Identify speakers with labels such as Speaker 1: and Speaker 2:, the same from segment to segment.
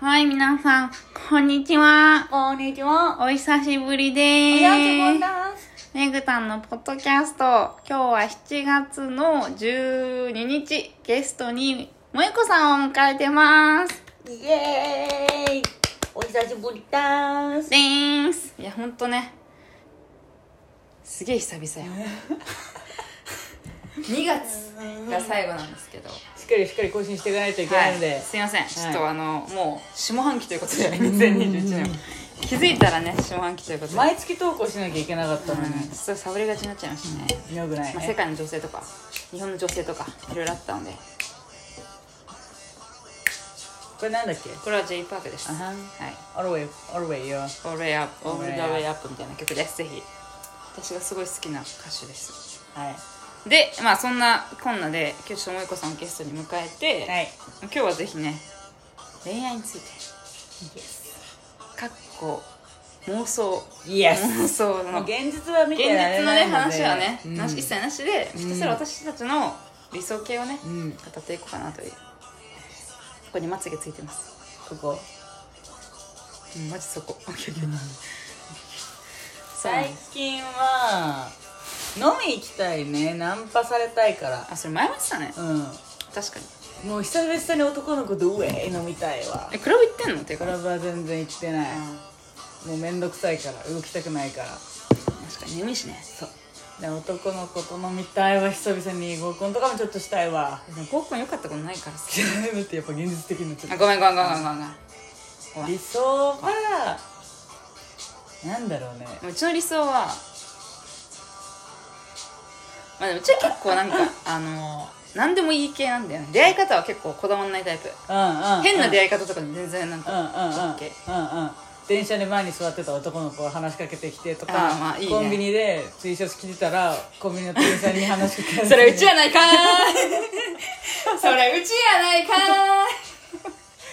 Speaker 1: はい、皆さん、こんにちは。
Speaker 2: こんにちは。
Speaker 1: お久しぶりで
Speaker 2: おやすみ
Speaker 1: す。
Speaker 2: です。
Speaker 1: めぐたんのポッドキャスト、今日は7月の12日、ゲストに萌子さんを迎えてます。
Speaker 2: イエーイ。お久しぶりです。
Speaker 1: でーす。いや、ほんとね。すげえ久々 よ。2月が最後なんですけど。
Speaker 3: しっかりしっかり更新していかないといけないので、
Speaker 1: はい、すいませんちょっと、
Speaker 3: は
Speaker 1: あのもう下半期ということで2021年気づいたらね下半期ということで、
Speaker 3: 毎月投稿しなきゃいけなかったのに、
Speaker 1: うん、ちょっとサボりがちになっちゃいましたね、
Speaker 3: よくない
Speaker 1: まあ、世
Speaker 3: ね
Speaker 1: 界の情勢とか日本の情勢とかいろいろあったので
Speaker 3: これなんだっけ
Speaker 1: これは J パークでした
Speaker 3: あ
Speaker 1: はい
Speaker 3: はん All way, all way, yo.
Speaker 1: 「All the Way Up」「All the
Speaker 3: All the
Speaker 1: Way
Speaker 3: Way
Speaker 1: Up」みたいな曲ですぜひ私がすごい好きな歌手です
Speaker 3: はい。
Speaker 1: でまあそんなこんなで今日ちょっと萌子さんをゲストに迎えて、
Speaker 3: はい。
Speaker 1: 今日はぜひね恋愛についてかっこ妄想
Speaker 3: イエス
Speaker 1: 妄想
Speaker 3: もう
Speaker 1: の現
Speaker 3: 現実は見てら
Speaker 1: 実
Speaker 3: れ
Speaker 1: の
Speaker 3: な
Speaker 1: ね
Speaker 3: いので
Speaker 1: 話はね、
Speaker 3: うん
Speaker 1: なし一切なしでひたすら私たちの理想形をね、
Speaker 3: うん
Speaker 1: 語っていこうかなというここにまつげついてます
Speaker 3: ここ
Speaker 1: うんマジ そこそうなん
Speaker 3: 最
Speaker 1: です
Speaker 3: 近は飲み行きたいねナンパされたいから
Speaker 1: あそれ前も言ってたね
Speaker 3: う
Speaker 1: 確かに
Speaker 3: んもう久々に男の子とウェイ飲みたいわ
Speaker 1: えクラブ行ってんのって
Speaker 3: ク
Speaker 1: か
Speaker 3: ラブは全然行ってないもうめんどくさいから動きたくないから
Speaker 1: 確かに眠いしね
Speaker 3: そうで男の子と飲みたいわ久々に合コンとかもちょっとしたいわ
Speaker 1: でも合コン良かったことないからさ
Speaker 3: じゃあだってやっぱ現実的になっちゃ
Speaker 1: あ
Speaker 3: っ
Speaker 1: ごめんごめんごめんごめんごめんご
Speaker 3: た
Speaker 1: めん
Speaker 3: 理想はなんだろうね
Speaker 1: うちの理想はまあでもうちは結構なんかあの何でもいい系なんだよね出会い方は結構こだわんないタイプ
Speaker 3: うんうん
Speaker 1: 変な出
Speaker 3: 会い
Speaker 1: 会い方とかに全然なん
Speaker 3: うん
Speaker 1: か
Speaker 3: うんうんうん
Speaker 1: オッケ
Speaker 3: うん電車で前に座ってた男の子が話しかけてきてとか
Speaker 1: あーまあいいね
Speaker 3: コンビニで T シャツ着てたらコンビニの店員さんに話しかけられて
Speaker 1: それうちやないかー いそれうちやないか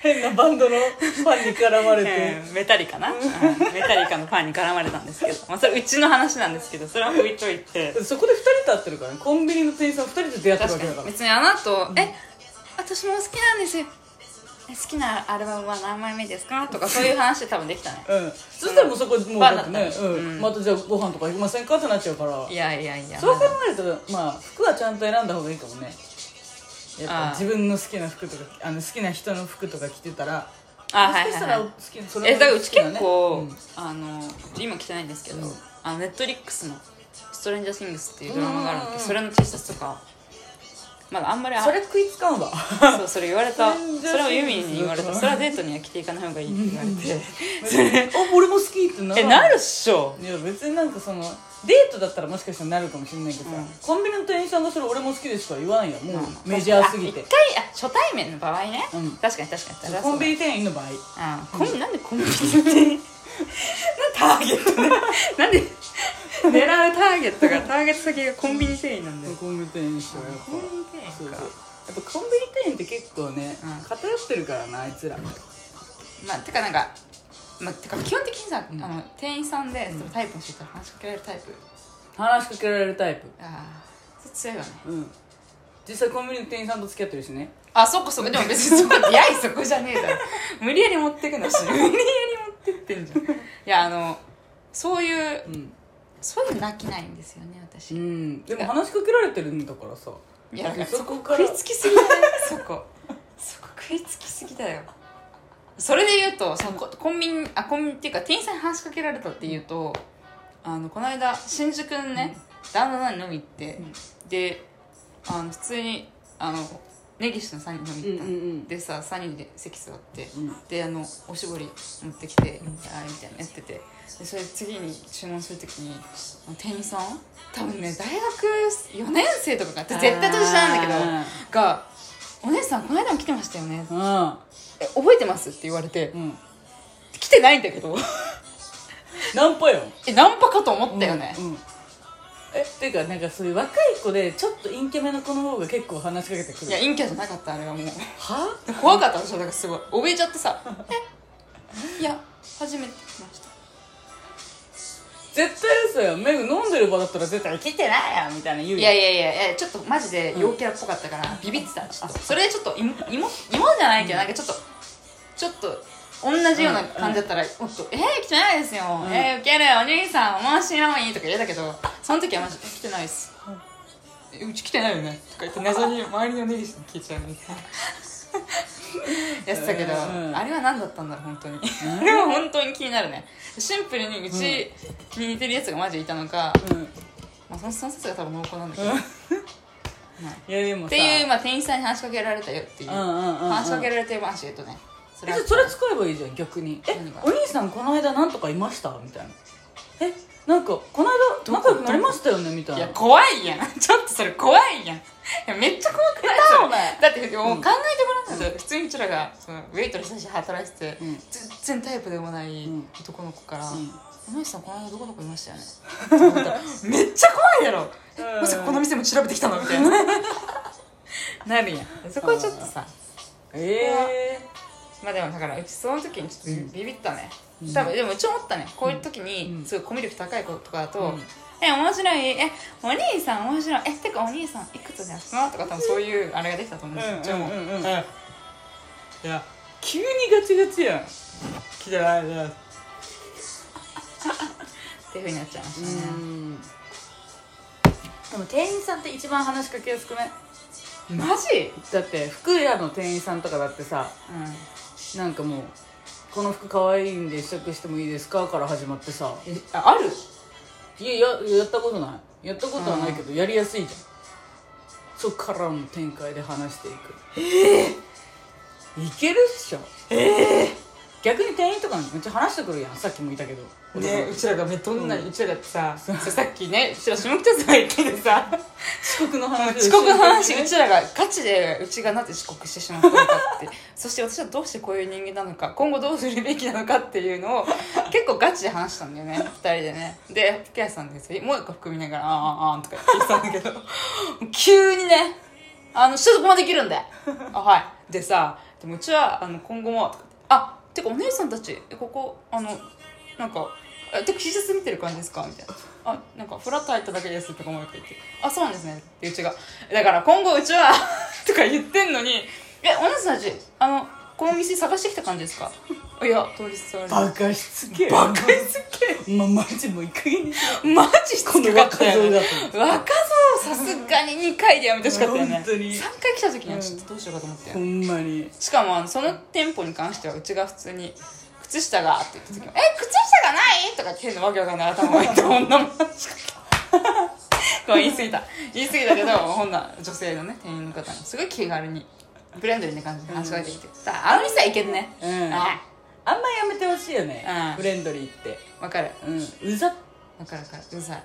Speaker 3: 変なバンドのファンに絡まれ
Speaker 1: ー
Speaker 3: て
Speaker 1: い、うん、メタリカな、うんメタリカのファンに絡まれたんですけど、まあ、それうちの話なんですけどそれは置いといて
Speaker 3: そこで2人と会ってるからねコンビニの店員さん2人と出会ってる
Speaker 1: 確か
Speaker 3: わけだか
Speaker 1: に
Speaker 3: ら
Speaker 1: 別にあなと「え私も好きなんですよえ好きなアルバムは何枚目ですか?」とかそういう話で多分できたね
Speaker 3: うん、そしたらもうそこもうだって
Speaker 1: バナナ
Speaker 3: ね、うん
Speaker 1: うん
Speaker 3: またじゃあご飯とか行きませんかってなっちゃうから
Speaker 1: いやいやいや
Speaker 3: そう考えるとまあ服はちゃんと選んだ方がいいかもねやっ
Speaker 1: あ
Speaker 3: ぱ
Speaker 1: ー
Speaker 3: 自分の好きな服とかあの好きな人の服とか着てたら
Speaker 1: あ
Speaker 3: も
Speaker 1: はい
Speaker 3: しかした
Speaker 1: はい
Speaker 3: ら
Speaker 1: は
Speaker 3: 好
Speaker 1: い
Speaker 3: きそれ
Speaker 1: えだ
Speaker 3: は
Speaker 1: からうち
Speaker 3: 好きな
Speaker 1: 結
Speaker 3: ね
Speaker 1: 構、
Speaker 3: うん
Speaker 1: あの今着てないんですけど、
Speaker 3: うん
Speaker 1: あのネットリックスの「ストレンジャー・シングス」っていうドラマがあるんだけ
Speaker 3: うんうん
Speaker 1: ど
Speaker 3: うん
Speaker 1: それの T シャツとかまだあんまりあ
Speaker 3: それ食いつか んわ
Speaker 1: そうそれ言われた
Speaker 3: ストレンジャー
Speaker 1: それをユミに言われたそれはデートには着ていかない方がいいって言われてそれ
Speaker 3: あ俺も好きってな
Speaker 1: えなるっしょ
Speaker 3: いや別になんかそのデートだったらもしかしたらなるかもしれないけどさ、
Speaker 1: うん
Speaker 3: コンビニの店員さんがそれ俺も好きですとは言わんやもう
Speaker 1: まあまあ
Speaker 3: メジャーすぎて
Speaker 1: あ一回あ初対面の場合ね、
Speaker 3: うん
Speaker 1: 確かに確かにそれはそう
Speaker 3: コ
Speaker 1: だ
Speaker 3: ンビニ店員の場合
Speaker 1: あコンビなんでコンビニってなんでターゲットだなんで狙うターゲットがターゲット先がコンビニ店員なんだよ
Speaker 3: コンビニ店員にしてはやっぱ
Speaker 1: コンビニ店員か
Speaker 3: そうそうやっぱコンビニ店員って結構ね、
Speaker 1: うん
Speaker 3: 偏ってるからなあいつら
Speaker 1: まあてかなんかまあてか基本的にさ、
Speaker 3: うん
Speaker 1: あの店員さんでそのタイプの人と話しかけられるタイプ
Speaker 3: 話しかけられるタイプ
Speaker 1: ああそれ強いわね
Speaker 3: うん実際コンビニの店員さんと付き合ってるしね
Speaker 1: あそっかそっかでも別にそこ出会いそこじゃねえだろ 無理やり持ってくの し無理やり持ってってんじゃんいやあのそういう
Speaker 3: うん、
Speaker 1: そういうの飽きないんですよね私
Speaker 3: うん、でも話しかけられてるんだからさ
Speaker 1: いやだから
Speaker 3: そ
Speaker 1: そこ
Speaker 3: こ
Speaker 1: 食
Speaker 3: から
Speaker 1: いつきすぎだよそこそこ食いつきすぎだよそれで言うとそのこコンビニあコンビニっていうか店員さんに話しかけられたっていうとあのこの間新宿のね、旦那さんに飲み行って、であの普通にあの根岸の3人飲み行ったの、
Speaker 3: うん
Speaker 1: でさ3人で席座って、
Speaker 3: うん
Speaker 1: であのおしぼり持ってきて「あーみたいなのやっててでそれ次に注文するときにあの店員さん多分ね大学4年生とかが絶対年下なんだけどが「お姉さんこの間も来てましたよね
Speaker 3: け」ど
Speaker 1: え覚えてます?」って言われて
Speaker 3: うん、うん、
Speaker 1: 「来てないんだけど
Speaker 3: ナンパよ
Speaker 1: えナンパかと思ったよね」
Speaker 3: うんうんえっていうかなんかそういう若い子でちょっと陰キャめの子の方が結構話しかけてく
Speaker 1: い
Speaker 3: る
Speaker 1: や陰キャじゃなかったあれはもう
Speaker 3: は
Speaker 1: 怖かった私はだからすごい怯えちゃってさ「えいや初めて来ました」
Speaker 3: 絶対嘘よメグ飲んでる場だったら絶対来てないやみたいな言うよ
Speaker 1: いやいやいやいやちょっとマジで陽キャラっぽかったからビビってたちょっとそれでちょっと芋芋芋じゃないけどなんかちょっとちょっと同じような感じだったら、もっと「えー、来てないですよ、
Speaker 3: ん
Speaker 1: えー、ウケるお兄さん面白い」とか言えたけどその時はマジで「来てないっす」えうち来てないよね」とか言って謎に周りの根岸に聞いちゃうみたいなやってたけど、
Speaker 3: うん
Speaker 1: あれは何だったんだろう本当にあれは本当に気になるねシンプルにうちに似てるやつがマジでいたのか、
Speaker 3: うん
Speaker 1: まあ、そのその説が多分濃厚なんだけど、まあ
Speaker 3: いやでも
Speaker 1: っ
Speaker 3: さ
Speaker 1: ていう、まあ、店員さんに話しかけられたよっていう,、
Speaker 3: うんうんうんうん
Speaker 1: 話しかけられてる話えっとねそ
Speaker 3: え
Speaker 1: は
Speaker 3: じゃあそれ使えばいいじゃん逆に「え
Speaker 1: 何が
Speaker 3: お兄さんこの間なんとかいました?」みたいな「えなんかこの間仲良くなりましたよね」みたい
Speaker 1: い
Speaker 3: な
Speaker 1: や怖いやん ちょっとそれ怖いやんいやめっちゃ怖くないそれ
Speaker 3: お前
Speaker 1: だってもう考えてもらったんだよ、普通にうちらがそのウェイトレスとして働いてて、
Speaker 3: うん
Speaker 1: 全然タイプでもない
Speaker 3: ん
Speaker 1: 男の子から「
Speaker 3: ん
Speaker 1: お前さんこの間どこどこいましたよね」って思ったらめっちゃ怖いやろえ
Speaker 3: うん
Speaker 1: まさかこの店も調べてきたのみたい ななるやんそこはちょっとさ
Speaker 3: え
Speaker 1: まあでもだからうちその時にちょっとビビったね、多分でもうち思ったねこういう時にすごいコミュ力高い子とかだと「
Speaker 3: うん
Speaker 1: え面白いえお兄さん面白いえてかお兄さんいくつですか?」とか多分そういうあれができたと思うんですようちも
Speaker 3: うんうんうんうんいや急にガチガチやん来てないな
Speaker 1: っていうふうになっちゃいまし
Speaker 3: う
Speaker 1: たね、
Speaker 3: んでも店員さんって一番話しかけやすくない
Speaker 1: マジ、
Speaker 3: だって服屋の店員さんとかだってさなんかもう「この服可愛いんで試着してもいいですか?」から始まってさ
Speaker 1: えあある
Speaker 3: いやややったことないやったことはないけどやりやすいじゃんそっからの展開で話していくええいけるっしょええ逆に店員とかにめっちゃ話してくるやんさっきも言ったけど
Speaker 1: ねうちらがめどんな、
Speaker 3: う
Speaker 1: うちらだってさそうさっきねうちら下北沢行っててさ
Speaker 3: 遅刻の話
Speaker 1: 遅刻の話うちらがガチでうちがなぜ遅刻してしまったのかってそして私はどうしてこういう人間なのか今後どうするべきなのかっていうのを結構ガチで話したんだよね二人でねで福谷さんですよもう一個含みながら「あーあーあー」とか言ってたんだけどもう急にね「あの取得もできるん で」あはい」でさでもうちはあの今後もとかって「あてかお姉さんたちえここあのなんかえてか T シャツ見てる感じですか?」みたいな「あなんかフラット入っただけです」とか思って言って「あそうなんですね」ってうちが「だから今後うちは」 とか言ってんのに「えお姉さんたちあのこの店探してきた感じですか?」「いや通りすれ
Speaker 3: バカしつけ
Speaker 1: バカすけ
Speaker 3: まマジもういい加減にし
Speaker 1: マジしつけかったよね
Speaker 3: こ
Speaker 1: 若造さすがに2回でやめてほしかったよね
Speaker 3: 本当に
Speaker 1: 3回来た時にはちょっとどうしようかと思ったよ
Speaker 3: ほんまに
Speaker 1: しかもあのその店舗に関してはうちが普通に「靴下が」って言った時も「え靴下がない?」とかって変なわけわかんない頭がいて女も しかこれ言い過ぎた言い過ぎたけどほんな女性のね店員の方にすごい気軽にフレンドリーな感じで話しかけてきて「さああの店はいけるね」
Speaker 3: うん
Speaker 1: あ
Speaker 3: あんまやめてほしいよね
Speaker 1: うん
Speaker 3: フレンドリーって
Speaker 1: わかる
Speaker 3: うんうざっ
Speaker 1: わかるわかるうざいう
Speaker 3: ざっ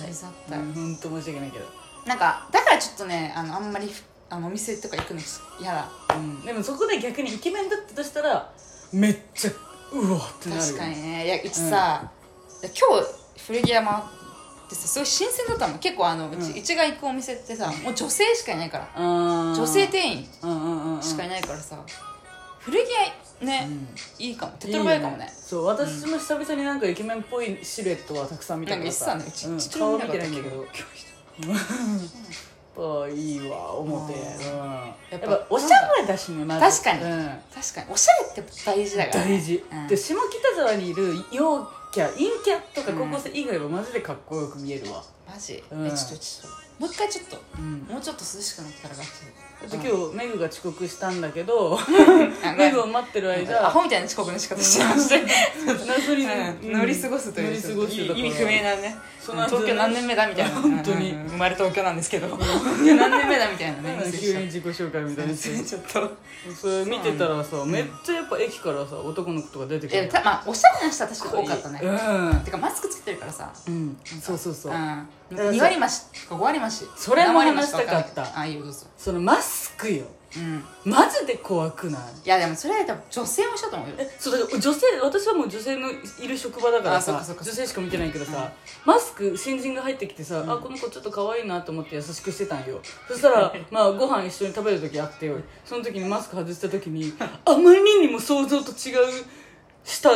Speaker 3: た
Speaker 1: う
Speaker 3: い
Speaker 1: ざったい、
Speaker 3: うんほんと申し訳ないけど
Speaker 1: なんかだからちょっとねあのあんまりあのお店とか行くの嫌だ
Speaker 3: うんでもそこで逆にイケメンだったとしたらめっちゃうわってなるよ
Speaker 1: 確かにねいやうちさ、いや今日古着屋回ってさすごい新鮮だったの結構あのうち,、うちが行くお店ってさもう女性しかいないから
Speaker 3: あー
Speaker 1: 女性店員
Speaker 3: うんうんうんうん
Speaker 1: しかいないからさ、古着屋ね、いいかも手っ取り早いかもね
Speaker 3: そう私も久々になんかイケメンっぽいシルエットはたくさん見た
Speaker 1: なん
Speaker 3: か
Speaker 1: から言ってたねうち、
Speaker 3: うん
Speaker 1: ちっちゃい
Speaker 3: 顔
Speaker 1: の
Speaker 3: 見
Speaker 1: か
Speaker 3: て
Speaker 1: った
Speaker 3: ない
Speaker 1: け
Speaker 3: んだけどやっぱいいわ表うんや
Speaker 1: やっ
Speaker 3: っ
Speaker 1: ぱ
Speaker 3: ぱおしゃれだしねまず
Speaker 1: 確かに
Speaker 3: うん
Speaker 1: 確かにおしゃれって大事だからね、
Speaker 3: 大事
Speaker 1: うん
Speaker 3: で下北沢にいる陽キャ陰キャとか高校生以外はマジでかっこよく見えるわ
Speaker 1: マジ、
Speaker 3: うん
Speaker 1: えちょっとちょっともう一回ちょっと
Speaker 3: うんだ
Speaker 1: もうちょっと涼しくなったらガチ
Speaker 3: って今日メグが遅刻したんだ けど
Speaker 1: あ
Speaker 3: メグを待ってる
Speaker 1: ア
Speaker 3: 間
Speaker 1: ホみたいな遅刻の仕方してまして
Speaker 3: 謎に
Speaker 1: うん乗り過ごすという
Speaker 3: 乗り過ごす
Speaker 1: い
Speaker 3: だから
Speaker 1: 意味不明なね
Speaker 3: その後
Speaker 1: 東京何年目だみたいな
Speaker 3: 本当に
Speaker 1: うんうん生まれ東京なんですけど何年目だみたいなね
Speaker 3: なんか急に自己紹介みたいなして
Speaker 1: ちょっと
Speaker 3: それ見てたらさめっちゃやっぱ駅からさ男の子とか出てく
Speaker 1: いや
Speaker 3: る
Speaker 1: たまあおしゃれな人は確か多かったね
Speaker 3: うん
Speaker 1: てかマスクつけてるからさ
Speaker 3: うんそうそうそう
Speaker 1: うん
Speaker 3: だからさ
Speaker 1: 2割増しとか5割増し
Speaker 3: それも
Speaker 1: 何割増か分
Speaker 3: 話したかった
Speaker 1: あいいよどうぞ
Speaker 3: そのマスクよ
Speaker 1: うん
Speaker 3: マジで怖くない
Speaker 1: いやでもそれは多分女性も一緒だと思うよ
Speaker 3: えそうだから女性私はもう女性のいる職場だから
Speaker 1: あそ
Speaker 3: さ
Speaker 1: っかそっか
Speaker 3: 女性しか見てないけどさ、マスク新人が入ってきてさ、あこの子ちょっと可愛いなと思って優しくしてたんよそしたらまあご飯一緒に食べる時あってよその時にマスク外した時にあまりにも想像と違う舌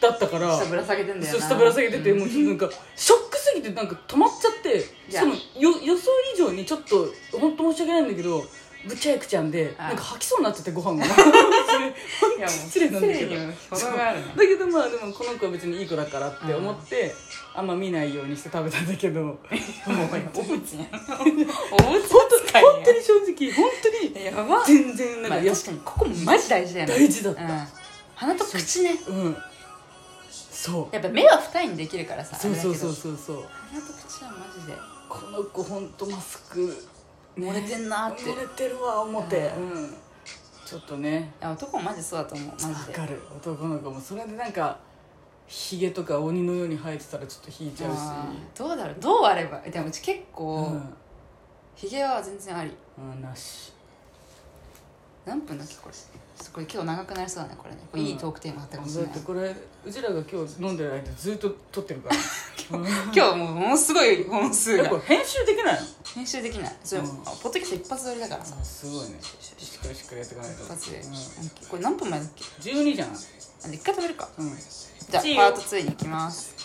Speaker 3: だったから
Speaker 1: 下ぶら下げてんだよ
Speaker 3: そう
Speaker 1: な
Speaker 3: 下ぶら下げてて、もうなんかショックすぎてなんか止まっちゃって
Speaker 1: い
Speaker 3: し
Speaker 1: や
Speaker 3: かもよ予想以上にちょっと本当申し訳ないんだけどぶっちゃいくちゃんで
Speaker 1: はい
Speaker 3: なんか吐きそうになっちゃってご 飯が
Speaker 1: いやもう
Speaker 3: 失礼なんだけど
Speaker 1: 失礼にも程があるね
Speaker 3: だけどまあでもこの子は別にいい子だからって思ってあんま見ないようにして食べたんだ けど
Speaker 1: もうおうちやんおうち
Speaker 3: 本
Speaker 1: 使い
Speaker 3: 当に正直本当
Speaker 1: ややば
Speaker 3: に全然なん
Speaker 1: まあ
Speaker 3: か
Speaker 1: 確かにここマジ大事だよね
Speaker 3: 大事だっ
Speaker 1: う
Speaker 3: た
Speaker 1: ん鼻と口ね
Speaker 3: うんそ
Speaker 1: やっぱ目は二重にできるからさ
Speaker 3: うそうそうそう
Speaker 1: う
Speaker 3: そうそう
Speaker 1: 鼻と口はマジで
Speaker 3: この子ほんとマスク、
Speaker 1: 漏れてんなーって
Speaker 3: 漏れてるわ思って、
Speaker 1: う
Speaker 3: うんちょっとね
Speaker 1: いや男もマジそうだと思うマ
Speaker 3: わ
Speaker 1: ジで
Speaker 3: かる男の子もそれでなんかひげとか鬼のように生えてたらちょっと引いちゃうし
Speaker 1: あーどうだろうどうあればでもうち結
Speaker 3: う
Speaker 1: 構
Speaker 3: ん
Speaker 1: ひげは全然あり
Speaker 3: うんなし
Speaker 1: 何分だっけこれこれ今日長くなりそうだねこれねこれいいトークテーマだったかもし
Speaker 3: だ
Speaker 1: れ
Speaker 3: っ
Speaker 1: ない
Speaker 3: てこれうちらが今日飲んでる間ずっと撮ってるから
Speaker 1: 今日もうものすごい本数
Speaker 3: え
Speaker 1: が
Speaker 3: これ編集できないの
Speaker 1: 編集できないそれ、
Speaker 3: うん
Speaker 1: ポッドキャスト一発撮りだからさ
Speaker 3: あすごいねしっかりしっかりやっていかないと
Speaker 1: 一発で、
Speaker 3: うん
Speaker 1: これ何分前だっけ
Speaker 3: 12じゃない
Speaker 1: あ一回食べるか
Speaker 3: うん
Speaker 1: じゃあ
Speaker 3: いいよ
Speaker 1: パート2に行きます